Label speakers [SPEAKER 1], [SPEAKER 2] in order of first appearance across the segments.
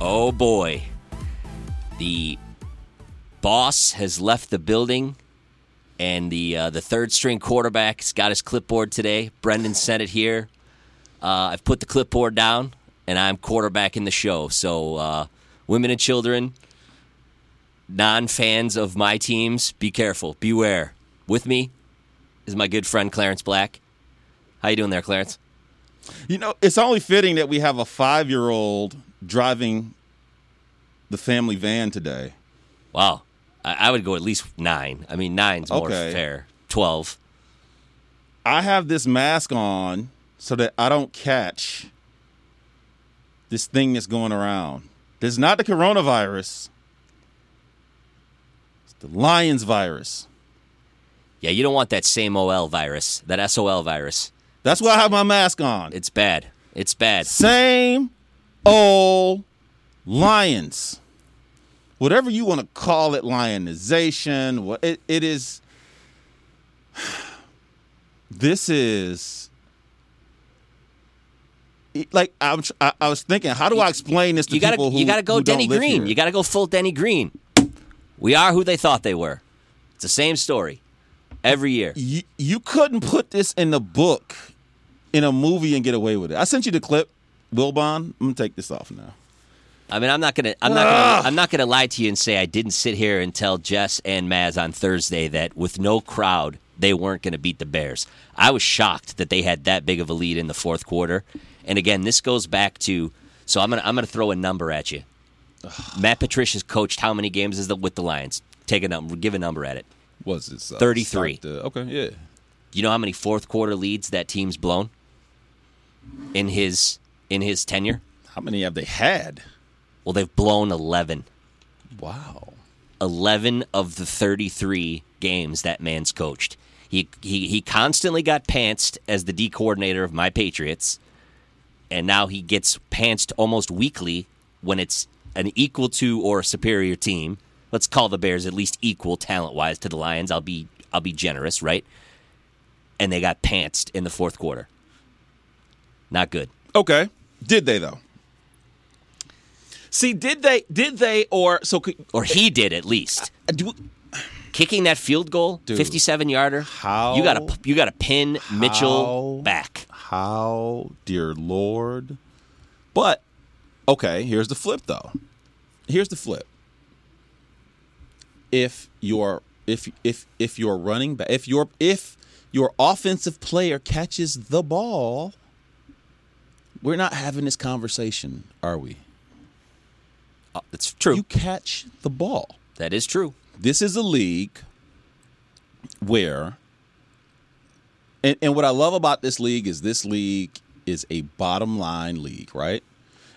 [SPEAKER 1] Oh boy. The boss has left the building, and the uh, the third string quarterback's got his clipboard today. Brendan sent it here. Uh, I've put the clipboard down, and I'm quarterbacking the show. So, uh, women and children, non fans of my teams, be careful, beware. With me is my good friend Clarence Black. How you doing there, Clarence?
[SPEAKER 2] You know, it's only fitting that we have a five-year-old driving the family van today.
[SPEAKER 1] Wow, I, I would go at least nine. I mean, nine's more
[SPEAKER 2] Okay.
[SPEAKER 1] fair. Twelve.
[SPEAKER 2] I have this mask on so that I don't catch this thing that's going around. This is not the coronavirus. It's the lion's virus.
[SPEAKER 1] Yeah, you don't want that same OL virus, that SOL virus.
[SPEAKER 2] That's why I have my mask on.
[SPEAKER 1] It's bad. It's bad.
[SPEAKER 2] Same old lions. Whatever you want to call it, lionization, wha- it, it is. This is. it- Like I'm, tr- I, I was thinking, how do I explain this to
[SPEAKER 1] You gotta,
[SPEAKER 2] people who
[SPEAKER 1] you gotta go
[SPEAKER 2] who don't
[SPEAKER 1] Denny
[SPEAKER 2] live
[SPEAKER 1] Green.
[SPEAKER 2] here?
[SPEAKER 1] You gotta go full Denny Green. We are who they thought they were. It's the same story every year.
[SPEAKER 2] you, you couldn't put this in the book, in a movie, and get away with it. I sent you the clip, Wilbon. I'm gonna take this off now.
[SPEAKER 1] I mean, I'm not gonna, I'm not gonna, I'm not gonna lie to you and say I didn't sit here and tell Jess and Maz on Thursday that with no crowd they weren't gonna beat the Bears. I was shocked that they had that big of a lead in the fourth quarter. And again, this goes back to, so I'm gonna, I'm gonna throw a number at you. Matt Patricia's coached how many games is the, with the Lions? Take a number, give a number at it.
[SPEAKER 3] Was this uh,
[SPEAKER 1] 33.
[SPEAKER 3] stopped, uh, okay, yeah.
[SPEAKER 1] You know how many fourth quarter leads that team's blown in his in his tenure?
[SPEAKER 2] How many have they had?
[SPEAKER 1] Well, they've blown 11.
[SPEAKER 3] Wow.
[SPEAKER 1] 11 of the 33 games that man's coached. He, he, he constantly got pantsed as the D coordinator of my Patriots, and now he gets pantsed almost weekly when it's an equal to or superior team. Let's call the Bears at least equal talent wise to the Lions. I'll be I'll be generous, right? And they got pantsed in the fourth quarter. Not good.
[SPEAKER 2] Okay, did they though?
[SPEAKER 3] See, did they? Did they? Or so? Could,
[SPEAKER 1] Or he did at least.
[SPEAKER 2] Uh, do-
[SPEAKER 1] kicking that field goal,
[SPEAKER 2] Dude.
[SPEAKER 1] fifty-seven yarder.
[SPEAKER 2] How-
[SPEAKER 1] you got to you got to pin Mitchell
[SPEAKER 2] How-
[SPEAKER 1] back?
[SPEAKER 2] How, dear Lord. But, okay, here's the flip, though. Here's the flip. If your if if if your running back if your if your offensive player catches the ball, we're not having this conversation, are we?
[SPEAKER 1] That's true.
[SPEAKER 2] You catch the ball.
[SPEAKER 1] that is true.
[SPEAKER 2] this is a league where and, and what I love about this league is this league is a bottom line league, right?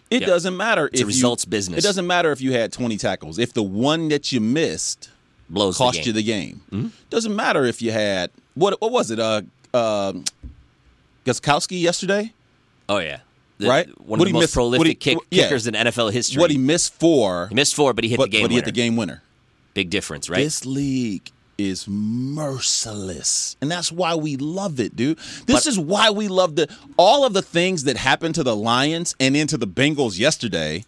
[SPEAKER 2] It
[SPEAKER 1] Yeah.
[SPEAKER 2] doesn't matter
[SPEAKER 1] a
[SPEAKER 2] if you-
[SPEAKER 1] results business.
[SPEAKER 2] It doesn't matter if you had 20 tackles. If the one that you missed
[SPEAKER 1] Blows the
[SPEAKER 2] cost
[SPEAKER 1] game. Mm-hmm.
[SPEAKER 2] you the game. Doesn't matter if you had what what was it? Uh um Guskowski yesterday?
[SPEAKER 1] oh yeah, The-
[SPEAKER 2] Right?
[SPEAKER 1] One
[SPEAKER 2] What
[SPEAKER 1] of
[SPEAKER 2] he
[SPEAKER 1] the most
[SPEAKER 2] missed- what
[SPEAKER 1] prolific
[SPEAKER 2] he-
[SPEAKER 1] kick,
[SPEAKER 2] what- yeah.
[SPEAKER 1] kickers in NFL history.
[SPEAKER 2] What he missed four,
[SPEAKER 1] He missed four, but he hit
[SPEAKER 2] but,
[SPEAKER 1] the game
[SPEAKER 2] but he hit
[SPEAKER 1] winner.
[SPEAKER 2] the game winner.
[SPEAKER 1] Big difference, right?
[SPEAKER 2] This league is merciless. And that's why we love it, dude. This is why we love the all of the things that happened to the Lions and into the Bengals yesterday.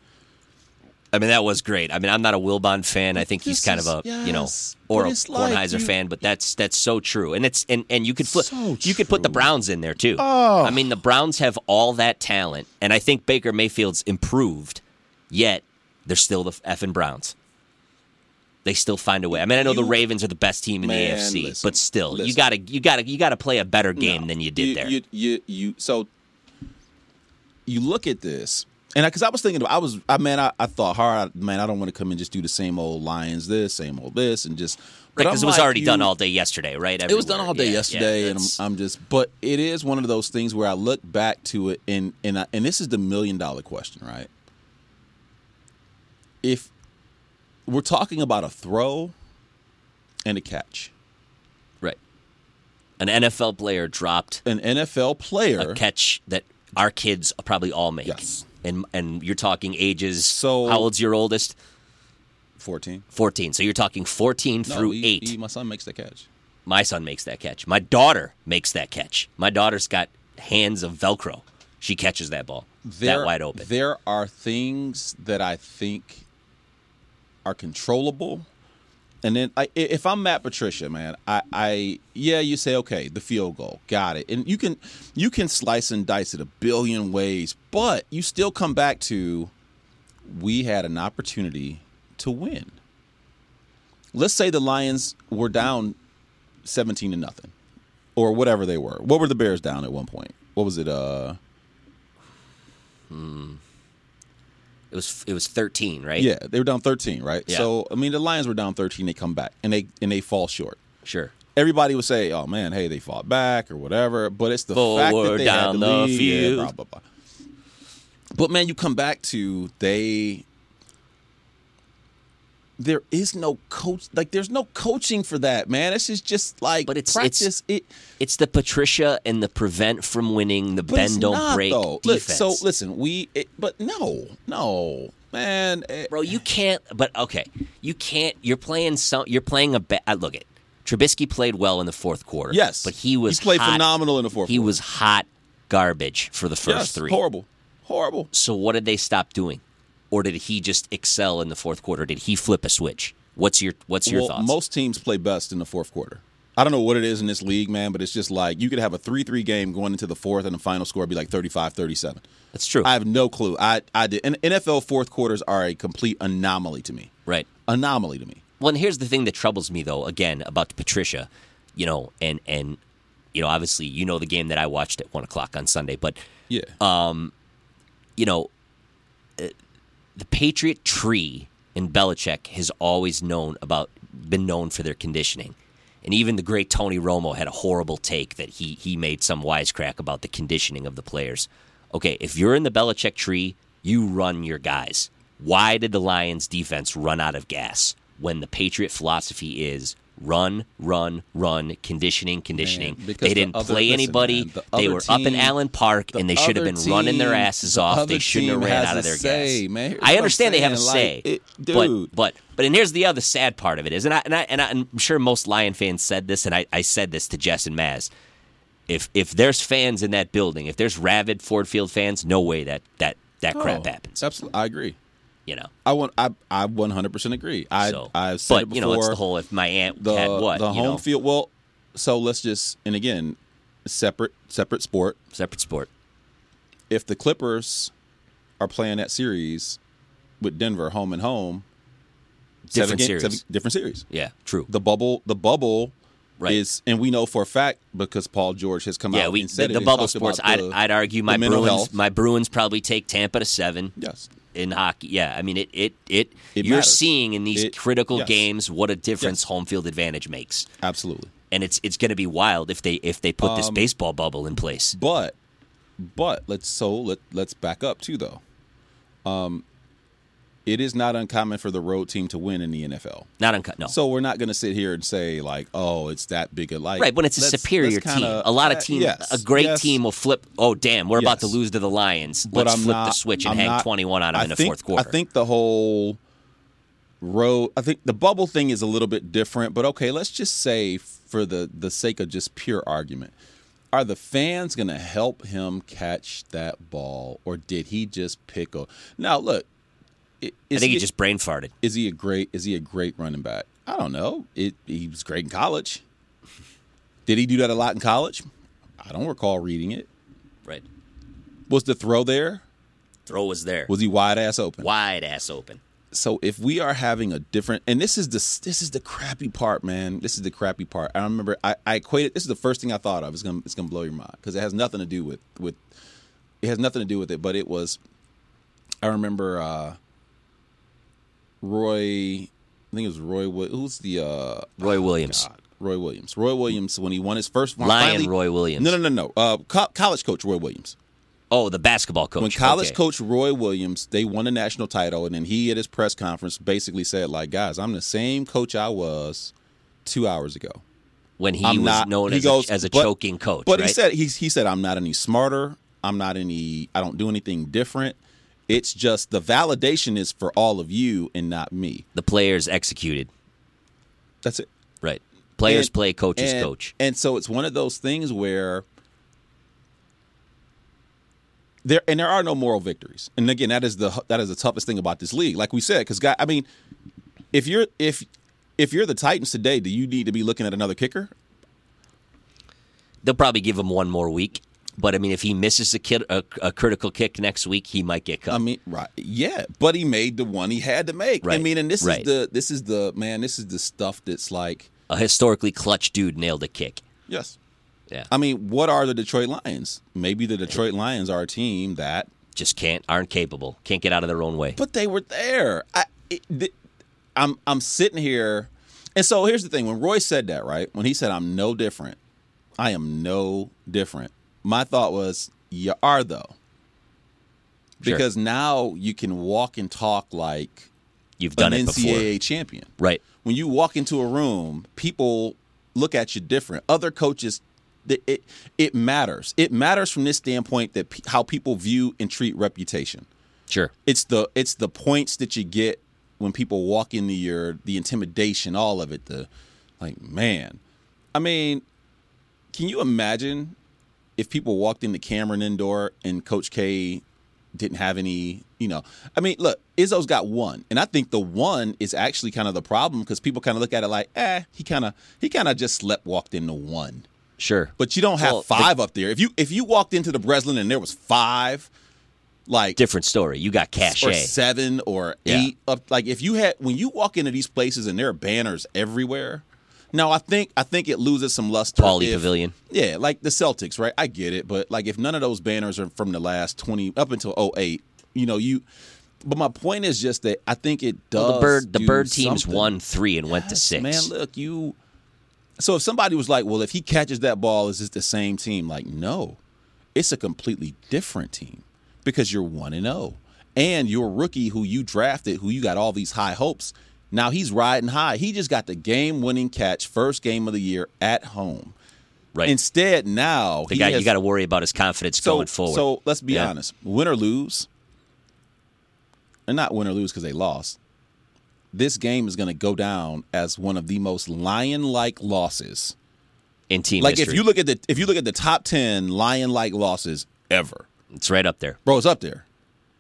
[SPEAKER 1] I mean, that was great. I mean, I'm not a Wilbon fan. I think he's
[SPEAKER 2] This
[SPEAKER 1] kind of a
[SPEAKER 2] is-
[SPEAKER 1] you know
[SPEAKER 2] yes,
[SPEAKER 1] or
[SPEAKER 2] but
[SPEAKER 1] a
[SPEAKER 2] it's like
[SPEAKER 1] Kornheiser
[SPEAKER 2] you-
[SPEAKER 1] fan, but that's that's so true. And it's and and you could flip,
[SPEAKER 2] So
[SPEAKER 1] you could put the
[SPEAKER 2] true. Oh.
[SPEAKER 1] Browns in there too. I mean, the Browns have all that talent, and I think Baker Mayfield's improved, yet they're still the effing Browns. They still find a way. I mean, I know the
[SPEAKER 2] You-
[SPEAKER 1] Ravens are the best team in
[SPEAKER 2] Man,
[SPEAKER 1] the AFC,
[SPEAKER 2] listen,
[SPEAKER 1] but still, you
[SPEAKER 2] listen.
[SPEAKER 1] gotta you gotta you gotta play a better game than you did
[SPEAKER 2] you,
[SPEAKER 1] there.
[SPEAKER 2] You, you, you, so you look at this, and because I, was thinking, I was, I man, I, I thought hard, I- man, I don't want to come and just do the same old Lions this, same old this, and just but
[SPEAKER 1] Right,
[SPEAKER 2] I'm
[SPEAKER 1] because it was
[SPEAKER 2] like
[SPEAKER 1] already
[SPEAKER 2] you-
[SPEAKER 1] done all day yesterday, right?
[SPEAKER 2] It was done
[SPEAKER 1] Everywhere.
[SPEAKER 2] all day
[SPEAKER 1] Yeah, yeah,
[SPEAKER 2] yesterday, and
[SPEAKER 1] that's-
[SPEAKER 2] I'm, I'm just. But it is one of those things where I look back to it, and and I, and this is the million dollar question, right? If we're talking about a throw and a catch,
[SPEAKER 1] right. An NFL player dropped
[SPEAKER 2] an NFL player,
[SPEAKER 1] a catch that our kids probably all make.
[SPEAKER 2] Yes.
[SPEAKER 1] And and you're talking ages.
[SPEAKER 2] So-
[SPEAKER 1] how old's your oldest?
[SPEAKER 2] fourteen
[SPEAKER 1] Fourteen. So you're talking fourteen
[SPEAKER 2] No,
[SPEAKER 1] through
[SPEAKER 2] he-
[SPEAKER 1] eight.
[SPEAKER 2] he- my son makes the catch.
[SPEAKER 1] My son makes that catch. My daughter makes that catch. My daughter's got hands of Velcro. She catches that ball.
[SPEAKER 2] there,
[SPEAKER 1] wide open.
[SPEAKER 2] There are things that I think are controllable. And then I, if I'm Matt Patricia, man, I, I yeah, you say okay, the field goal, got it, and you can you can slice and dice it a billion ways, but you still come back to we had an opportunity to win. Let's say the Lions were down seventeen to nothing, or whatever they were. What were the Bears down at one point? What was it? Uh,
[SPEAKER 1] It was it was 13, right?
[SPEAKER 2] Yeah, they were down 13, right?
[SPEAKER 1] Yeah.
[SPEAKER 2] So I mean, the Lions were down 13. They come back and they and they fall short.
[SPEAKER 1] Sure.
[SPEAKER 2] Everybody would say, "Oh man, hey, they fought back or whatever," but it's the fact that
[SPEAKER 1] Forward,
[SPEAKER 2] they
[SPEAKER 1] down
[SPEAKER 2] had
[SPEAKER 1] the
[SPEAKER 2] the lead, yeah,
[SPEAKER 1] field.
[SPEAKER 2] blah, blah, blah. But man, you come back to they. There is no coach, like there's no coaching for that, man. This is just like
[SPEAKER 1] But it's- it's-
[SPEAKER 2] practice. it,
[SPEAKER 1] It's the Patricia and the prevent from winning, the
[SPEAKER 2] but it's
[SPEAKER 1] bend don't
[SPEAKER 2] not,
[SPEAKER 1] break
[SPEAKER 2] though. Look,
[SPEAKER 1] defense.
[SPEAKER 2] so listen, we, it, but no, no, man. eh,
[SPEAKER 1] Bro, you can't. But okay, you can't. You're playing some. You're playing a. Ba- I look at Trubisky played well in the fourth quarter.
[SPEAKER 2] Yes,
[SPEAKER 1] but he was
[SPEAKER 2] he played
[SPEAKER 1] hot-
[SPEAKER 2] phenomenal in the fourth.
[SPEAKER 1] He
[SPEAKER 2] quarter.
[SPEAKER 1] was hot garbage for the first
[SPEAKER 2] Yes,
[SPEAKER 1] three.
[SPEAKER 2] horrible, horrible.
[SPEAKER 1] So what did they stop doing, or did he just excel in the fourth quarter? Did he flip a switch? What's your What's your
[SPEAKER 2] well,
[SPEAKER 1] thoughts?
[SPEAKER 2] most teams play best in the fourth quarter. I don't know what it is in this league, man, but it's just like you could have a 3 3 game going into the fourth, and the final score would be like 35 37.
[SPEAKER 1] That's true.
[SPEAKER 2] I have no clue. I, I did. And NFL fourth quarters are a complete anomaly to me.
[SPEAKER 1] right.
[SPEAKER 2] Anomaly to me.
[SPEAKER 1] Well, and here's the thing that troubles me though. Again, about Patricia, you know, and and you know, obviously, you know the game that I watched at one o'clock on Sunday, but
[SPEAKER 2] Yeah.
[SPEAKER 1] you know, uh, the Patriot tree in Belichick has always known about been known for their conditioning. And even the great Tony Romo had a horrible take that he he made some wisecrack about the conditioning of the players. Okay, if you're in the Belichick tree, you run your guys. Why did the Lions defense run out of gas when the Patriot philosophy is run, run, run, conditioning, conditioning?
[SPEAKER 2] because
[SPEAKER 1] they
[SPEAKER 2] the
[SPEAKER 1] didn't
[SPEAKER 2] other-
[SPEAKER 1] play
[SPEAKER 2] listen,
[SPEAKER 1] anybody.
[SPEAKER 2] man, the
[SPEAKER 1] they
[SPEAKER 2] other
[SPEAKER 1] were up in
[SPEAKER 2] team-
[SPEAKER 1] Allen Park
[SPEAKER 2] the
[SPEAKER 1] and they should have
[SPEAKER 2] other
[SPEAKER 1] been running their
[SPEAKER 2] team-
[SPEAKER 1] asses
[SPEAKER 2] the
[SPEAKER 1] off. They
[SPEAKER 2] other
[SPEAKER 1] shouldn't have
[SPEAKER 2] team
[SPEAKER 1] ran
[SPEAKER 2] has
[SPEAKER 1] out of
[SPEAKER 2] a
[SPEAKER 1] their
[SPEAKER 2] say,
[SPEAKER 1] gas.
[SPEAKER 2] man. Here's
[SPEAKER 1] I
[SPEAKER 2] what I'm
[SPEAKER 1] understand they have a
[SPEAKER 2] saying,
[SPEAKER 1] say,
[SPEAKER 2] like, it-
[SPEAKER 1] but
[SPEAKER 2] dude.
[SPEAKER 1] but but and here's the other sad part of it is, and I and I and I, am sure most Lion fans said this, and I, I said this to Jess and Maz. If if there's fans in that building, if there's rabid Ford Field fans, no way that that that crap
[SPEAKER 2] Oh,
[SPEAKER 1] happens.
[SPEAKER 2] Absolutely. I agree.
[SPEAKER 1] You know.
[SPEAKER 2] I want. I I 100% agree. I
[SPEAKER 1] so,
[SPEAKER 2] I've said
[SPEAKER 1] but
[SPEAKER 2] it
[SPEAKER 1] you know, it's
[SPEAKER 2] before.
[SPEAKER 1] the whole if my aunt
[SPEAKER 2] the
[SPEAKER 1] had what
[SPEAKER 2] the
[SPEAKER 1] you
[SPEAKER 2] home
[SPEAKER 1] know,
[SPEAKER 2] field. Well, so let's just and again, separate separate sport.
[SPEAKER 1] separate sport.
[SPEAKER 2] if the Clippers are playing that series with Denver home and home,
[SPEAKER 1] Different
[SPEAKER 2] ga-
[SPEAKER 1] series.
[SPEAKER 2] different series.
[SPEAKER 1] Yeah, true.
[SPEAKER 2] The bubble, the bubble
[SPEAKER 1] Right.
[SPEAKER 2] is, and we know for a fact because Paul George has come
[SPEAKER 1] yeah,
[SPEAKER 2] out
[SPEAKER 1] we
[SPEAKER 2] and said
[SPEAKER 1] the,
[SPEAKER 2] it
[SPEAKER 1] the
[SPEAKER 2] and
[SPEAKER 1] bubble
[SPEAKER 2] talked
[SPEAKER 1] sports.
[SPEAKER 2] about
[SPEAKER 1] I'd,
[SPEAKER 2] the-
[SPEAKER 1] I'd argue my
[SPEAKER 2] the mental
[SPEAKER 1] Bruins
[SPEAKER 2] health.
[SPEAKER 1] my Bruins probably take Tampa to seven.
[SPEAKER 2] yes,
[SPEAKER 1] in hockey. Yeah, I mean it. It. It.
[SPEAKER 2] It
[SPEAKER 1] you're
[SPEAKER 2] matters.
[SPEAKER 1] seeing in these
[SPEAKER 2] It-
[SPEAKER 1] critical
[SPEAKER 2] yes.
[SPEAKER 1] games what a difference
[SPEAKER 2] Yes.
[SPEAKER 1] home field advantage makes,
[SPEAKER 2] absolutely.
[SPEAKER 1] and it's it's going to be wild if they if they put
[SPEAKER 2] Um,
[SPEAKER 1] this baseball bubble in place.
[SPEAKER 2] But, but let's so let let's back up too though. Um, it is not uncommon for the road team to win in the NFL.
[SPEAKER 1] Not uncut. No.
[SPEAKER 2] So we're not going to sit here and say like, oh, it's that big a like.
[SPEAKER 1] Right, when it's a
[SPEAKER 2] let's-
[SPEAKER 1] superior
[SPEAKER 2] let's kinda-
[SPEAKER 1] team, a lot of
[SPEAKER 2] uh,
[SPEAKER 1] team,
[SPEAKER 2] yes,
[SPEAKER 1] a great
[SPEAKER 2] yes.
[SPEAKER 1] team will flip. Oh damn, we're about to
[SPEAKER 2] Yes.
[SPEAKER 1] lose to the Lions.
[SPEAKER 2] But
[SPEAKER 1] Let's
[SPEAKER 2] I'm
[SPEAKER 1] flip the
[SPEAKER 2] not-
[SPEAKER 1] switch and
[SPEAKER 2] I'm
[SPEAKER 1] hang
[SPEAKER 2] not-
[SPEAKER 1] twenty-one on them
[SPEAKER 2] I
[SPEAKER 1] in the
[SPEAKER 2] think-
[SPEAKER 1] fourth quarter.
[SPEAKER 2] I think the whole road. I think the bubble thing is a little bit different, but okay, let's just say for the the sake of just pure argument, are the fans going to help him catch that ball, or did he just pick a? Now look, i-
[SPEAKER 1] I
[SPEAKER 2] is
[SPEAKER 1] think he
[SPEAKER 2] he-
[SPEAKER 1] just brain farted.
[SPEAKER 2] is he a great is he a great running back? I don't know. It he was great in college. Did he do that a lot in college? I don't recall reading it.
[SPEAKER 1] Right.
[SPEAKER 2] Was the throw there?
[SPEAKER 1] Throw was there,
[SPEAKER 2] Was he wide ass open?
[SPEAKER 1] wide ass open.
[SPEAKER 2] so if we are having a different and this is the this is the crappy part man this is the crappy part i remember i, I equated this is the first thing i thought of it's gonna it's gonna blow your mind because it has nothing to do with with it has nothing to do with it but it was i remember uh roy i think it was roy Wi- who's the uh
[SPEAKER 1] Roy Williams.
[SPEAKER 2] roy williams roy williams when he won his first one
[SPEAKER 1] Lion Roy Williams.
[SPEAKER 2] no no no no uh co- college coach roy williams
[SPEAKER 1] Oh, the basketball coach.
[SPEAKER 2] when college
[SPEAKER 1] Okay.
[SPEAKER 2] coach Roy Williams, they won a national title, and then he at his press conference basically said, "Like, guys, I'm the same coach I was two hours ago."
[SPEAKER 1] when he
[SPEAKER 2] I'm
[SPEAKER 1] was
[SPEAKER 2] not.
[SPEAKER 1] known
[SPEAKER 2] he
[SPEAKER 1] as,
[SPEAKER 2] goes,
[SPEAKER 1] a, as a
[SPEAKER 2] but-
[SPEAKER 1] choking coach.
[SPEAKER 2] But
[SPEAKER 1] right?
[SPEAKER 2] he said he he said, "I'm not any smarter. I'm not any. I don't do anything different. It's just the validation is for all of you and not me.
[SPEAKER 1] the players executed.
[SPEAKER 2] That's it."
[SPEAKER 1] Right. Players
[SPEAKER 2] And-
[SPEAKER 1] play, coaches
[SPEAKER 2] and,
[SPEAKER 1] coach.
[SPEAKER 2] And so it's one of those things where there and there are no moral victories. And again, that is the that is the toughest thing about this league. Like we said, because guy, I mean, if you're if if you're the Titans today, do you need to be looking at another kicker?
[SPEAKER 1] They'll probably give him one more week. But I mean, if he misses a, kid, a, a critical kick next week, he might get cut.
[SPEAKER 2] I mean, right? Yeah, but he made the one he had to make. I
[SPEAKER 1] Right,
[SPEAKER 2] mean, and this
[SPEAKER 1] right.
[SPEAKER 2] is the this is the man. This is the stuff that's like
[SPEAKER 1] a historically clutch dude nailed a kick.
[SPEAKER 2] yes.
[SPEAKER 1] Yeah,
[SPEAKER 2] I mean, what are the Detroit Lions? Maybe the Detroit Lions are a team that,
[SPEAKER 1] just can't, aren't capable, can't get out of their own way.
[SPEAKER 2] but they were there. I, it, th- I'm, I'm sitting here, and so here's the thing: when Roy said that, right? When he said, "I'm no different," I am no different. My thought was, "You are though,"
[SPEAKER 1] Sure.
[SPEAKER 2] because now you can walk and talk like
[SPEAKER 1] You've done
[SPEAKER 2] an
[SPEAKER 1] it before,
[SPEAKER 2] NCAA champion.
[SPEAKER 1] right?
[SPEAKER 2] when you walk into a room, people look at you different. Other coaches, th- it it matters. It matters from this standpoint that pe- how people view and treat reputation.
[SPEAKER 1] Sure.
[SPEAKER 2] It's the it's the points that you get when people walk into your the intimidation, all of it. The like, man, I mean, can you imagine if people walked into Cameron Indoor and Coach K didn't have any, you know, I mean, look, Izzo's got one, and I think the one is actually kind of the problem because people kind of look at it like, eh, he kind of he kind of just slept walked into one,
[SPEAKER 1] Sure.
[SPEAKER 2] but you don't have
[SPEAKER 1] Well, the-
[SPEAKER 2] five up there. If you if you walked into the Breslin and there was five, like
[SPEAKER 1] different story. You got
[SPEAKER 2] or
[SPEAKER 1] cachet.
[SPEAKER 2] seven or
[SPEAKER 1] Yeah.
[SPEAKER 2] eight up like if you had when you walk into these places and there are banners everywhere no i think i think it loses some luster
[SPEAKER 1] Pauley
[SPEAKER 2] if-
[SPEAKER 1] Pavilion.
[SPEAKER 2] yeah like the celtics right i get it but like if none of those banners are from the last 20 up until 08 you know you but my point is just that i think it does
[SPEAKER 1] Well, the bird, the
[SPEAKER 2] do
[SPEAKER 1] bird teams
[SPEAKER 2] something.
[SPEAKER 1] won three and went to
[SPEAKER 2] Yes,
[SPEAKER 1] six.
[SPEAKER 2] man look you so if somebody was like well if he catches that ball is this the same team like no it's a completely different team because you're 1 and 0 and your rookie who you drafted who you got all these high hopes now he's riding high he just got the game winning catch first game of the year at home
[SPEAKER 1] right.
[SPEAKER 2] instead now
[SPEAKER 1] the
[SPEAKER 2] he
[SPEAKER 1] guy
[SPEAKER 2] has-
[SPEAKER 1] you got to worry about his confidence
[SPEAKER 2] so,
[SPEAKER 1] going forward.
[SPEAKER 2] so let's be
[SPEAKER 1] Yeah.
[SPEAKER 2] honest win or lose and not win or lose because they lost this game is going to go down as one of the most lion-like losses
[SPEAKER 1] in team
[SPEAKER 2] like
[SPEAKER 1] history,
[SPEAKER 2] if you look at the if you look at the top ten lion like losses ever,
[SPEAKER 1] it's right up there
[SPEAKER 2] bro, it's up there.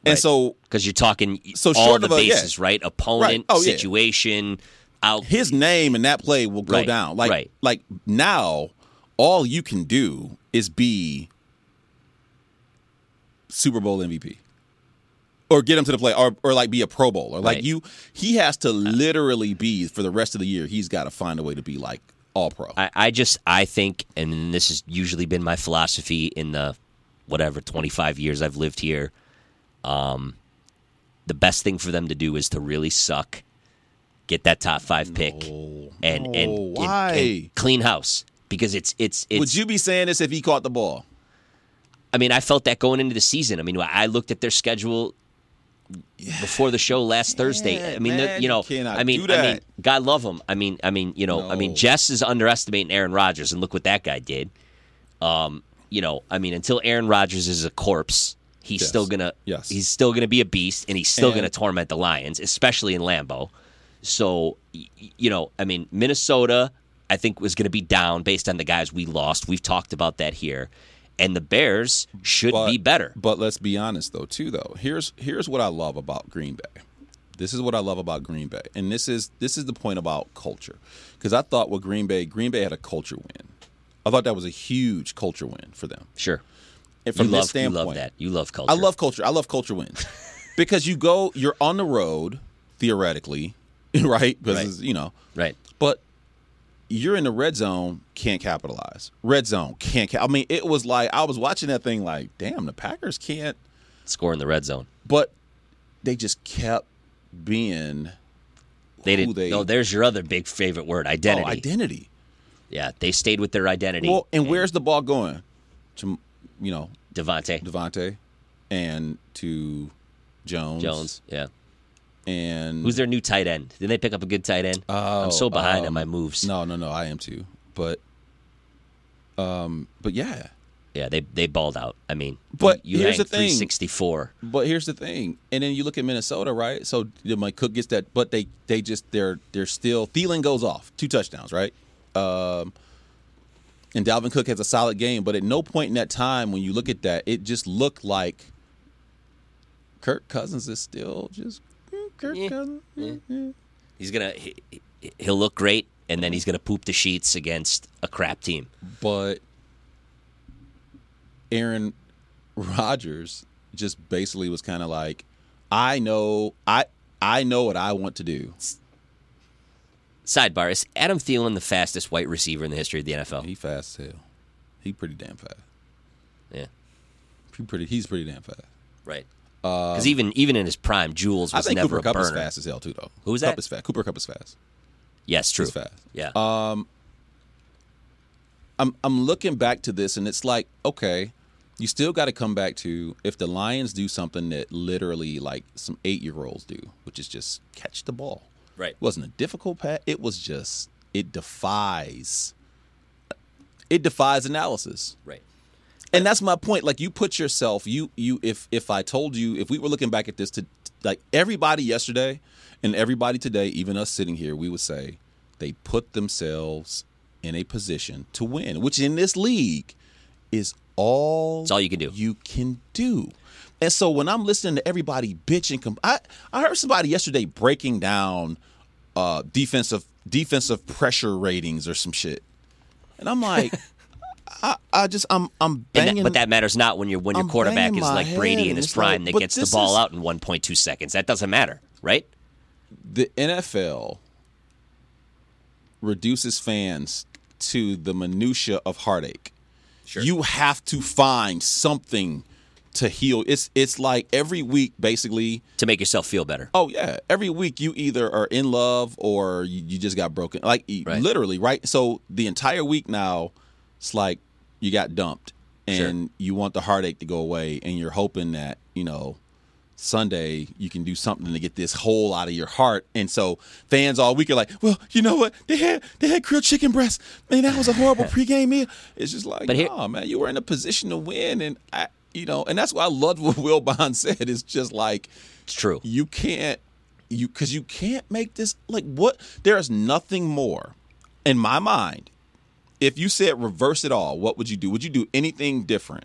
[SPEAKER 1] Right.
[SPEAKER 2] And so
[SPEAKER 1] because you're talking
[SPEAKER 2] So
[SPEAKER 1] all
[SPEAKER 2] short
[SPEAKER 1] the
[SPEAKER 2] of a- yeah.
[SPEAKER 1] bases, right? Opponent,
[SPEAKER 2] Oh, yeah.
[SPEAKER 1] situation, out.
[SPEAKER 2] his name and that play will go
[SPEAKER 1] Right.
[SPEAKER 2] down. Like
[SPEAKER 1] Right.
[SPEAKER 2] like now, all you can do is be Super Bowl MVP. Or get him to the play, or, or like be a Pro Bowler. Like
[SPEAKER 1] Right. Uh.
[SPEAKER 2] you, he has to literally be for the rest of the year. He's got to find a way to be like All Pro.
[SPEAKER 1] I, I just I think, and this has usually been my philosophy in the whatever twenty five years I've lived here. Um, the best thing for them to do is to really suck, get that top five pick, and, and, and-
[SPEAKER 2] why?
[SPEAKER 1] and clean house because it's it's it's.
[SPEAKER 2] Would you be saying this if he caught the ball?
[SPEAKER 1] I mean, I felt that going into the season. I mean, I looked at their schedule before the show last Thursday. I mean, they're-
[SPEAKER 2] man,
[SPEAKER 1] you
[SPEAKER 2] you
[SPEAKER 1] know,
[SPEAKER 2] cannot
[SPEAKER 1] I mean,
[SPEAKER 2] do
[SPEAKER 1] I mean,
[SPEAKER 2] that.
[SPEAKER 1] God love him. I mean, I mean, you know, I mean,
[SPEAKER 2] No.
[SPEAKER 1] Jess is underestimating Aaron Rodgers, and look what that guy did. Um, you know, I mean, until Aaron Rodgers is a corpse, he's
[SPEAKER 2] Yes.
[SPEAKER 1] still gonna,
[SPEAKER 2] Yes.
[SPEAKER 1] he's still gonna be a beast, and he's still
[SPEAKER 2] And-
[SPEAKER 1] gonna torment the Lions, especially in Lambeau. So, y- y- you know, I mean, Minnesota, I think, was going to be down based on the guys we lost. We've talked about that here. And the Bears should be better.
[SPEAKER 2] But let's be honest though, too though. Here's here's what I love about Green Bay. This is what I love about Green Bay. And this is this is the point about culture. Cuz I thought with Green Bay, Green Bay had a culture win. I thought that was a huge culture win for them.
[SPEAKER 1] Sure.
[SPEAKER 2] And
[SPEAKER 1] You
[SPEAKER 2] from this
[SPEAKER 1] love, you
[SPEAKER 2] standpoint,
[SPEAKER 1] love that. You love culture.
[SPEAKER 2] I love culture. I love culture wins. because you go you're on the road theoretically, right? Because
[SPEAKER 1] Right.
[SPEAKER 2] it's, you know,
[SPEAKER 1] Right.
[SPEAKER 2] but you're in the red zone, can't capitalize. Red zone, can't ca- I mean, it was like I was watching that thing like, damn, the Packers can't
[SPEAKER 1] Score in the red zone.
[SPEAKER 2] but they just kept being
[SPEAKER 1] They
[SPEAKER 2] who
[SPEAKER 1] didn't.
[SPEAKER 2] they-
[SPEAKER 1] No, there's your other big favorite word identity.
[SPEAKER 2] Oh, identity.
[SPEAKER 1] Yeah. They stayed with their identity.
[SPEAKER 2] Well, and where's the ball going? To you know
[SPEAKER 1] Devontae
[SPEAKER 2] Devontae and to Jones.
[SPEAKER 1] Jones. Yeah.
[SPEAKER 2] and
[SPEAKER 1] Who's their new tight end? Did they pick up a good tight end? I'm so behind on my moves.
[SPEAKER 2] Oh, um, No, no, no. I am too, but um, but yeah.
[SPEAKER 1] Yeah. They they balled out. I mean,
[SPEAKER 2] But
[SPEAKER 1] you
[SPEAKER 2] here's
[SPEAKER 1] hang
[SPEAKER 2] the thing.
[SPEAKER 1] 364.
[SPEAKER 2] But here's the thing, and then you look at Minnesota, right? So you know, my Cook gets that, but they they just they're they're still. Thielen goes off two touchdowns, right? Um, and Dalvin Cook has a solid game, but at no point in that time when you look at that, it just looked like Kirk Cousins is still just mm, Kirk
[SPEAKER 1] Yeah.
[SPEAKER 2] Cousins. mm, yeah.
[SPEAKER 1] He's gonna he, he- he'll look great, and then he's gonna poop the sheets against a crap team.
[SPEAKER 2] But Aaron Rodgers just basically was kind of like, I know I I know what I want to do.
[SPEAKER 1] Sidebar: Is Adam Thielen the fastest white receiver in the history of the NFL?
[SPEAKER 2] He fast as hell. He pretty damn fast.
[SPEAKER 1] Yeah,
[SPEAKER 2] He pretty he's pretty damn fast.
[SPEAKER 1] right. Because even even in his prime, Jules
[SPEAKER 2] Um, I
[SPEAKER 1] was
[SPEAKER 2] think
[SPEAKER 1] never
[SPEAKER 2] Cooper
[SPEAKER 1] a
[SPEAKER 2] Cup is
[SPEAKER 1] burner.
[SPEAKER 2] fast as hell too though.
[SPEAKER 1] Who's
[SPEAKER 2] Cup
[SPEAKER 1] that?
[SPEAKER 2] is fast. Cooper Cup is fast.
[SPEAKER 1] Yes, true.
[SPEAKER 2] He's fast. Uh,
[SPEAKER 1] Yeah,
[SPEAKER 2] I'm I'm looking back to this and it's like, okay, you still got to come back to if the Lions do something that literally like some 8-year-olds do, which is just catch the ball.
[SPEAKER 1] right.
[SPEAKER 2] It wasn't a difficult pass. It was just it defies it defies analysis.
[SPEAKER 1] right.
[SPEAKER 2] And that's my point. Like you put yourself, you you if if I told you if we were looking back at this to like everybody yesterday and everybody today, even us sitting here, we would say they put themselves in a position to win, which in this league is all
[SPEAKER 1] It's all you can do.
[SPEAKER 2] You can do. And so when I'm listening to everybody bitching, com- I I heard somebody yesterday breaking down uh defensive defensive pressure ratings or some shit. And I'm like I, I just I'm I'm
[SPEAKER 1] And that-
[SPEAKER 2] banging
[SPEAKER 1] but that matters not when your when your
[SPEAKER 2] I'm
[SPEAKER 1] quarterback
[SPEAKER 2] banging
[SPEAKER 1] is
[SPEAKER 2] my
[SPEAKER 1] like
[SPEAKER 2] head
[SPEAKER 1] Brady in
[SPEAKER 2] and
[SPEAKER 1] his
[SPEAKER 2] it's like,
[SPEAKER 1] prime that
[SPEAKER 2] but
[SPEAKER 1] gets the
[SPEAKER 2] this
[SPEAKER 1] ball
[SPEAKER 2] is-
[SPEAKER 1] out in 1.2 seconds. That doesn't matter, right?
[SPEAKER 2] the NFL reduces fans to the minutia of heartache.
[SPEAKER 1] Sure.
[SPEAKER 2] You have to find something to heal. It's it's like every week basically.
[SPEAKER 1] To make yourself feel better.
[SPEAKER 2] Oh yeah, every week you either are in love or you, you just got broken. Like y-
[SPEAKER 1] Right.
[SPEAKER 2] literally, right? So the entire week now, it's like you got dumped and
[SPEAKER 1] Sure.
[SPEAKER 2] you want the heartache to go away, and you're hoping that you know Sunday you can do something to get this hole out of your heart. And so fans all week are like, well, you know what? They had they had grilled chicken breast. Man, that was a horrible pregame meal. It's just like,
[SPEAKER 1] But here-
[SPEAKER 2] oh man, you were in a position to win, and I, you know, and that's why I loved what Will Bond said. It's just like
[SPEAKER 1] It's true.
[SPEAKER 2] you can't you because you can't make this like what there is nothing more in my mind if you said reverse it all what would you do would you do anything different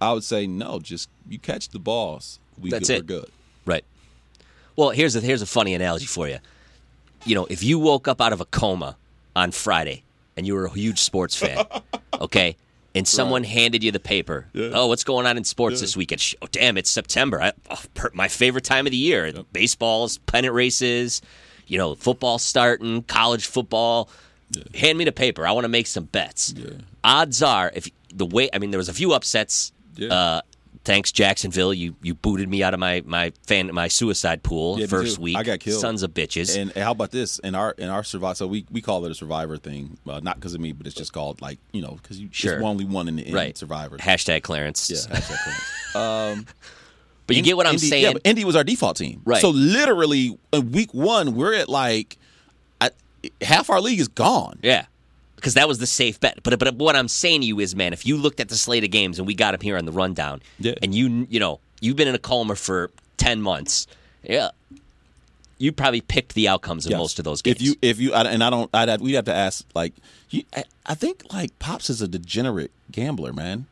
[SPEAKER 2] i would say no just you catch the balls we
[SPEAKER 1] That's
[SPEAKER 2] good,
[SPEAKER 1] it.
[SPEAKER 2] we're good
[SPEAKER 1] Right. Well, here's a here's a funny analogy for you. You know, if you woke up out of a coma on Friday and you were a huge sports fan, okay, and someone handed you the paper, oh, what's going on in sports this weekend? Sh- Oh, damn, it's September. I, oh, per- my favorite time of the year. Baseball's pennant races, you know, football starting, college football. Hand me the paper. I want to make some bets. Odds are, if the way I mean, there was a few upsets.
[SPEAKER 2] Yeah.
[SPEAKER 1] Uh, thanks Jacksonville. You you booted me out of my my fan my suicide pool
[SPEAKER 2] Yeah, me
[SPEAKER 1] first
[SPEAKER 2] too.
[SPEAKER 1] week.
[SPEAKER 2] I got killed.
[SPEAKER 1] Sons of bitches.
[SPEAKER 2] and how about this in our in our survivor so we we call it a survivor thing uh, not because of me but it's just called like you know because you
[SPEAKER 1] Sure.
[SPEAKER 2] it's only one in the end
[SPEAKER 1] right.
[SPEAKER 2] survivor
[SPEAKER 1] Hashtag Clarence.
[SPEAKER 2] yeah hashtag clean.
[SPEAKER 1] But you get what I'm
[SPEAKER 2] Indy-
[SPEAKER 1] saying.
[SPEAKER 2] Yeah, but Indy was our default team.
[SPEAKER 1] Right.
[SPEAKER 2] So literally, in week one, we're at like I, half our league is gone.
[SPEAKER 1] Yeah. Because that was the safe bet. But, but what I'm saying to you is, man, if you looked at the slate of games and we got him here on the rundown,
[SPEAKER 2] Yeah.
[SPEAKER 1] and you you know you've been in a coma for ten months, yeah, you probably picked the outcomes of
[SPEAKER 2] Yes.
[SPEAKER 1] most of those games.
[SPEAKER 2] If you, if you, I- and I don't, I'd, have- we'd have to ask. Like, you, I, I think like Pops is a degenerate gambler, man.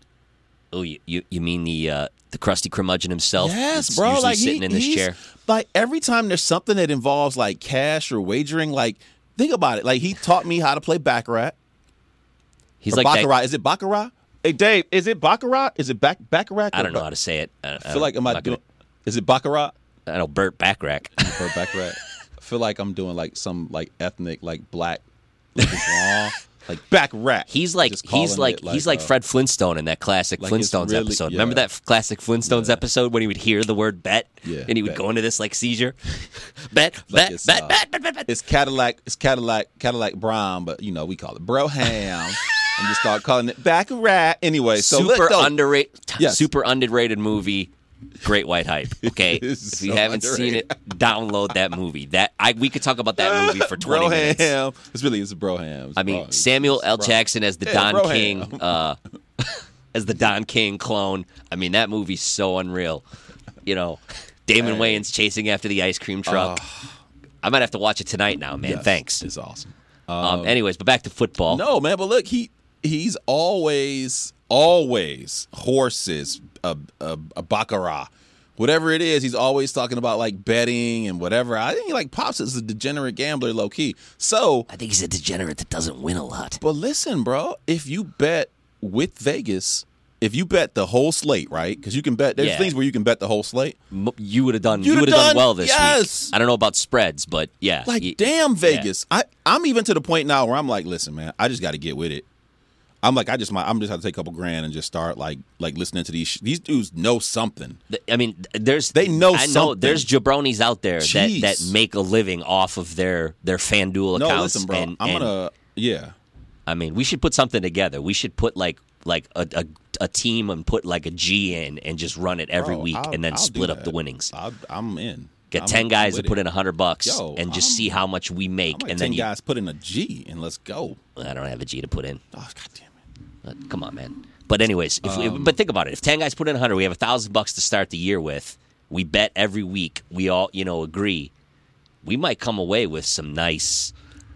[SPEAKER 1] oh, you, you you mean the uh, the crusty curmudgeon himself?
[SPEAKER 2] Yes,
[SPEAKER 1] that's
[SPEAKER 2] bro.
[SPEAKER 1] Oh, Usually
[SPEAKER 2] Like he-
[SPEAKER 1] sitting in this
[SPEAKER 2] he's-
[SPEAKER 1] chair.
[SPEAKER 2] Like every time there's something that involves like cash or wagering, like think about it. Like he taught me how to play baccarat.
[SPEAKER 1] He's
[SPEAKER 2] Or
[SPEAKER 1] like that-
[SPEAKER 2] baccarat. Is it baccarat? Hey Dave, is it baccarat? Is it back baccarat?
[SPEAKER 1] I don't
[SPEAKER 2] or
[SPEAKER 1] know
[SPEAKER 2] Bac-
[SPEAKER 1] how to say it. I,
[SPEAKER 2] I feel like I'm
[SPEAKER 1] i
[SPEAKER 2] not doing. Is it baccarat?
[SPEAKER 1] I know Burt Backrack.
[SPEAKER 2] for Baccarat. I feel like I'm doing like some like ethnic like black like wrong like Baccarat.
[SPEAKER 1] He's like
[SPEAKER 2] Just calling
[SPEAKER 1] he's like,
[SPEAKER 2] it,
[SPEAKER 1] he's like
[SPEAKER 2] uh,
[SPEAKER 1] Fred Flintstone in that classic
[SPEAKER 2] like it's
[SPEAKER 1] Flintstones
[SPEAKER 2] really-
[SPEAKER 1] episode.
[SPEAKER 2] yeah.
[SPEAKER 1] Remember that f- classic Flintstones episode when he would hear the word bet
[SPEAKER 2] Yeah,
[SPEAKER 1] and he would
[SPEAKER 2] bet.
[SPEAKER 1] go into this like seizure, bet bet,
[SPEAKER 2] it's,
[SPEAKER 1] bet,
[SPEAKER 2] uh,
[SPEAKER 1] bet bet bet bet
[SPEAKER 2] It's Cadillac. It's Cadillac. Cadillac Brown, but you know we call it Broham. and just start calling it Baccarat anyway. So
[SPEAKER 1] super
[SPEAKER 2] let,
[SPEAKER 1] underrated
[SPEAKER 2] Yes.
[SPEAKER 1] super underrated movie. Great white hype. Okay, if you
[SPEAKER 2] is so
[SPEAKER 1] haven't seen it, download that movie. That I we could talk about that movie for twenty
[SPEAKER 2] Broham.
[SPEAKER 1] minutes.
[SPEAKER 2] It's really it's Broham. It's
[SPEAKER 1] I mean,
[SPEAKER 2] Broham.
[SPEAKER 1] Samuel L. Jackson as the Don
[SPEAKER 2] bro,
[SPEAKER 1] King, uh, as the Don King clone. I mean, that movie's so unreal. You know, Damon Wayans chasing after the ice cream truck. I might have to watch it tonight now, man.
[SPEAKER 2] Yes,
[SPEAKER 1] Thanks.
[SPEAKER 2] It's awesome.
[SPEAKER 1] Um, anyways, but back to football.
[SPEAKER 2] No, man, but look, he he's always always horses, a a, a baccarat, whatever it is, he's always talking about like betting and whatever. I think like pops is a degenerate gambler, low key. So,
[SPEAKER 1] I think he's a degenerate that doesn't win a lot.
[SPEAKER 2] but listen, bro, if you bet with Vegas, if you bet the whole slate, right? Because you can bet. There's
[SPEAKER 1] Yeah.
[SPEAKER 2] things where you can bet the whole slate.
[SPEAKER 1] M- You would have done.
[SPEAKER 2] You'd
[SPEAKER 1] You
[SPEAKER 2] have
[SPEAKER 1] would have done,
[SPEAKER 2] done-
[SPEAKER 1] well this
[SPEAKER 2] yes!
[SPEAKER 1] week. I don't know about spreads, but yeah,
[SPEAKER 2] Like,
[SPEAKER 1] y-
[SPEAKER 2] damn Vegas. I I'm even to the point now where I'm like, listen, man, I just got to get with it. I'm like, I just might, I'm just have to take a couple grand and just start like like listening to these sh- these dudes know something.
[SPEAKER 1] th- I mean, th- there's
[SPEAKER 2] They know
[SPEAKER 1] I know
[SPEAKER 2] something.
[SPEAKER 1] there's jabronis out there that,
[SPEAKER 2] Jeez.
[SPEAKER 1] that make a living off of their their FanDuel
[SPEAKER 2] No,
[SPEAKER 1] accounts.
[SPEAKER 2] listen, bro,
[SPEAKER 1] and-
[SPEAKER 2] I'm
[SPEAKER 1] and-
[SPEAKER 2] gonna yeah.
[SPEAKER 1] I mean, we should put something together. We should put like like a a, a team and put like a G in and just run it every
[SPEAKER 2] Bro,
[SPEAKER 1] week
[SPEAKER 2] Oh, I'll-
[SPEAKER 1] and then
[SPEAKER 2] I'll do
[SPEAKER 1] split up the
[SPEAKER 2] that.
[SPEAKER 1] winnings.
[SPEAKER 2] I'll, I'm in.
[SPEAKER 1] Get
[SPEAKER 2] I'm-
[SPEAKER 1] ten guys
[SPEAKER 2] I'm
[SPEAKER 1] to put in
[SPEAKER 2] with it.
[SPEAKER 1] a hundred bucks
[SPEAKER 2] Yo,
[SPEAKER 1] and just
[SPEAKER 2] I'm-
[SPEAKER 1] see how much we make,
[SPEAKER 2] I'm like
[SPEAKER 1] and
[SPEAKER 2] ten
[SPEAKER 1] then you,
[SPEAKER 2] guys put in a G and let's go.
[SPEAKER 1] I don't have a G to put in.
[SPEAKER 2] Oh God damn it!
[SPEAKER 1] Uh, Come on, man. But anyways, if,
[SPEAKER 2] Um,
[SPEAKER 1] if- but think about it. If ten guys put in hundred, we have a thousand bucks to start the year with. We bet every week. We all you know agree. We might come away with some nice,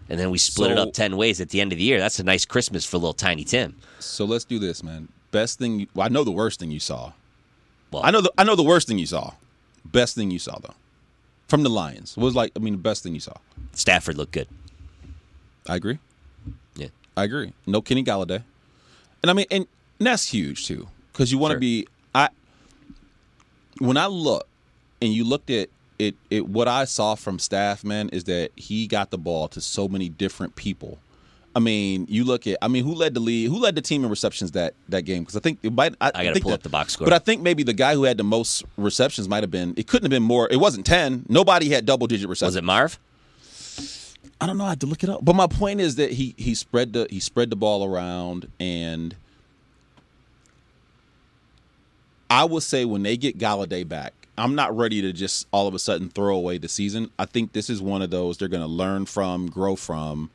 [SPEAKER 1] and then we split it
[SPEAKER 2] So-
[SPEAKER 1] up ten ways at the end of the year. That's a nice Christmas for little Tiny Tim.
[SPEAKER 2] So let's do this, man. Best thing. You, well, I know the worst thing you saw.
[SPEAKER 1] Well-
[SPEAKER 2] I know the I know the worst thing you saw. Best thing you saw though, from the Lions. What was like? I mean, the best thing you saw.
[SPEAKER 1] Stafford looked good.
[SPEAKER 2] I agree.
[SPEAKER 1] Yeah.
[SPEAKER 2] I agree. No Kenny Galladay, and I mean, and that's huge too, because you want to
[SPEAKER 1] Sure.
[SPEAKER 2] be. I when I look, and you looked at it, it what I saw from staff man is that he got the ball to so many different people. I mean, you look at. I mean, who led the lead? Who led the team in receptions that that game? Because I think it might. I,
[SPEAKER 1] I gotta
[SPEAKER 2] think
[SPEAKER 1] pull up the box score.
[SPEAKER 2] But I think maybe the guy who had the most receptions might have been. It couldn't have been more. It wasn't ten. Nobody had double digit
[SPEAKER 1] Was
[SPEAKER 2] receptions.
[SPEAKER 1] it Marv?
[SPEAKER 2] I don't know. I had to look it up. But my point is that he he spread the he spread the ball around, and I would say when they get Galladay back, I'm not ready to just all of a sudden throw away the season. I think this is one of those they're going to learn from, grow from,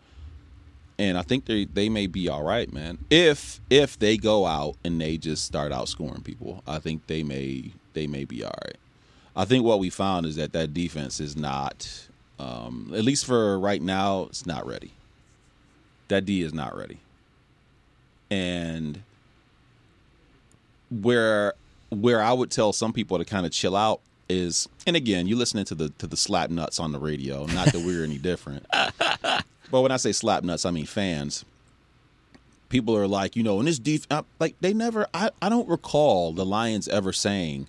[SPEAKER 2] and I think they they may be all right, man. If if they go out and they just start outscoring people, I think they may they may be all right. I think what we found is that that defense is not, um, at least for right now, it's not ready. That D is not ready, and where where I would tell some people to kind of chill out is, and again, you listening to the to the slap nuts on the radio. Not that we're any different, but when I say slap nuts, I mean fans. People are like, you know, in this defense, uh, like they never. I I don't recall the Lions ever saying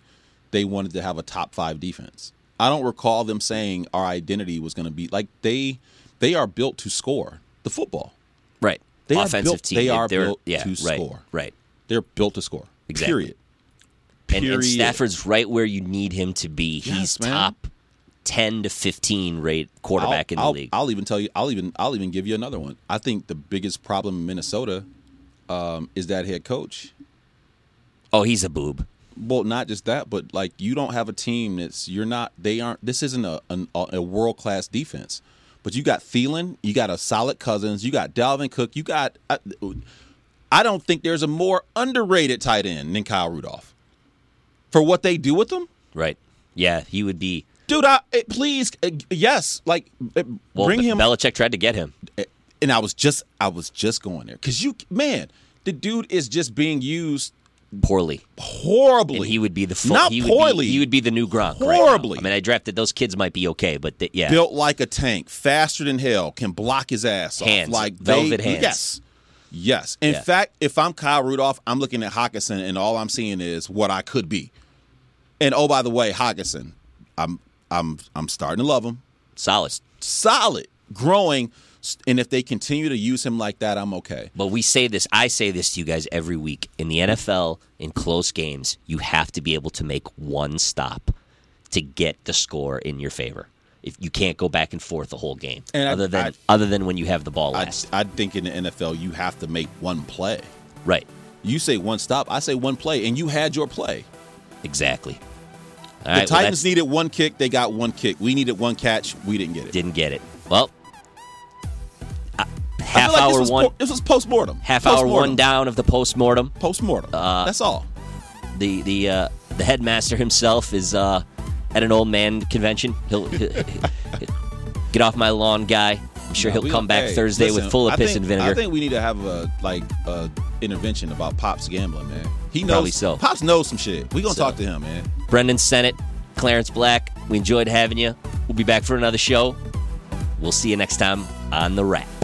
[SPEAKER 2] they wanted to have a top five defense. I don't recall them saying our identity was going to be like they they are built to score the football.
[SPEAKER 1] Right.
[SPEAKER 2] They are
[SPEAKER 1] Offensive
[SPEAKER 2] built-
[SPEAKER 1] team.
[SPEAKER 2] they are
[SPEAKER 1] they're-
[SPEAKER 2] built
[SPEAKER 1] yeah,
[SPEAKER 2] to
[SPEAKER 1] right,
[SPEAKER 2] score.
[SPEAKER 1] Right.
[SPEAKER 2] They're built to score.
[SPEAKER 1] Exactly.
[SPEAKER 2] Period.
[SPEAKER 1] And, and
[SPEAKER 2] Period.
[SPEAKER 1] Stafford's right where you need him to be. He's
[SPEAKER 2] Yes, man.
[SPEAKER 1] top ten to fifteen rate quarterback in the
[SPEAKER 2] I'll,
[SPEAKER 1] league.
[SPEAKER 2] I'll even tell you. I'll even I'll even give you another one. I think the biggest problem in Minnesota um, is that head coach.
[SPEAKER 1] oh, he's a boob.
[SPEAKER 2] Well, not just that, but like you don't have a team that's you're not. They aren't. This isn't a an, a world class defense. But you got Thielen, you got a solid Cousins, you got Dalvin Cook, you got. I, I don't think there's a more underrated tight end than Kyle Rudolph. For what they do with them,
[SPEAKER 1] Right. Yeah, he would be.
[SPEAKER 2] dude. I eh, please eh, yes, like eh,
[SPEAKER 1] Well,
[SPEAKER 2] bring
[SPEAKER 1] Be-
[SPEAKER 2] him
[SPEAKER 1] Belichick tried to get him.
[SPEAKER 2] and I was just I was just going there because you man, the dude is just being used
[SPEAKER 1] poorly.
[SPEAKER 2] horribly.
[SPEAKER 1] And he would be the full,
[SPEAKER 2] Not
[SPEAKER 1] he Would
[SPEAKER 2] poorly.
[SPEAKER 1] be, he would be the new Gronk. right now.
[SPEAKER 2] Horribly.
[SPEAKER 1] I mean, I drafted those kids might be okay, but th- yeah,
[SPEAKER 2] built like a tank, faster than hell, can block his ass
[SPEAKER 1] Hands,
[SPEAKER 2] off like
[SPEAKER 1] velvet
[SPEAKER 2] they,
[SPEAKER 1] hands.
[SPEAKER 2] Yes, yes. In
[SPEAKER 1] Yeah.
[SPEAKER 2] fact, if I'm Kyle Rudolph, I'm looking at Hawkinson, and all I'm seeing is what I could be. And oh, by the way, Hawkinson, I'm I'm I'm starting to love him.
[SPEAKER 1] solid.
[SPEAKER 2] Solid, growing, and if they continue to use him like that, I'm okay.
[SPEAKER 1] But we say this, I say this to you guys every week. In the NFL, in close games, you have to be able to make one stop to get the score in your favor. If you can't go back and forth the whole game,
[SPEAKER 2] And I-
[SPEAKER 1] other than
[SPEAKER 2] I-
[SPEAKER 1] other than when you have the ball
[SPEAKER 2] I,
[SPEAKER 1] last,
[SPEAKER 2] I think in the NFL, you have to make one play.
[SPEAKER 1] right?
[SPEAKER 2] You say one stop, I say one play, and you had your play.
[SPEAKER 1] Exactly. All
[SPEAKER 2] The
[SPEAKER 1] right, well, that's-
[SPEAKER 2] Titans needed one kick, they got one kick. We needed one catch, we didn't get it.
[SPEAKER 1] didn't get it. Well, uh,
[SPEAKER 2] I
[SPEAKER 1] half
[SPEAKER 2] feel like this
[SPEAKER 1] hour
[SPEAKER 2] was
[SPEAKER 1] one,
[SPEAKER 2] po- this was postmortem.
[SPEAKER 1] half hour one down Uh, of the postmortem.
[SPEAKER 2] Postmortem. That's all.
[SPEAKER 1] the the uh, the headmaster himself is uh, at an old man convention. He'll, he'll- get off my lawn, guy. I'm sure
[SPEAKER 2] Nah,
[SPEAKER 1] he'll
[SPEAKER 2] we-
[SPEAKER 1] come back
[SPEAKER 2] hey,
[SPEAKER 1] Thursday
[SPEAKER 2] listen,
[SPEAKER 1] with full of
[SPEAKER 2] I
[SPEAKER 1] piss
[SPEAKER 2] think-
[SPEAKER 1] and vinegar.
[SPEAKER 2] I think we need to have a like a intervention about Pops gambling, man. He knows
[SPEAKER 1] Probably so.
[SPEAKER 2] Pops knows some shit. We gonna
[SPEAKER 1] So.
[SPEAKER 2] talk to him, man.
[SPEAKER 1] Brendan Sennett, Clarence Black. We enjoyed having you. We'll be back for another show. We'll see you next time on The Wrap.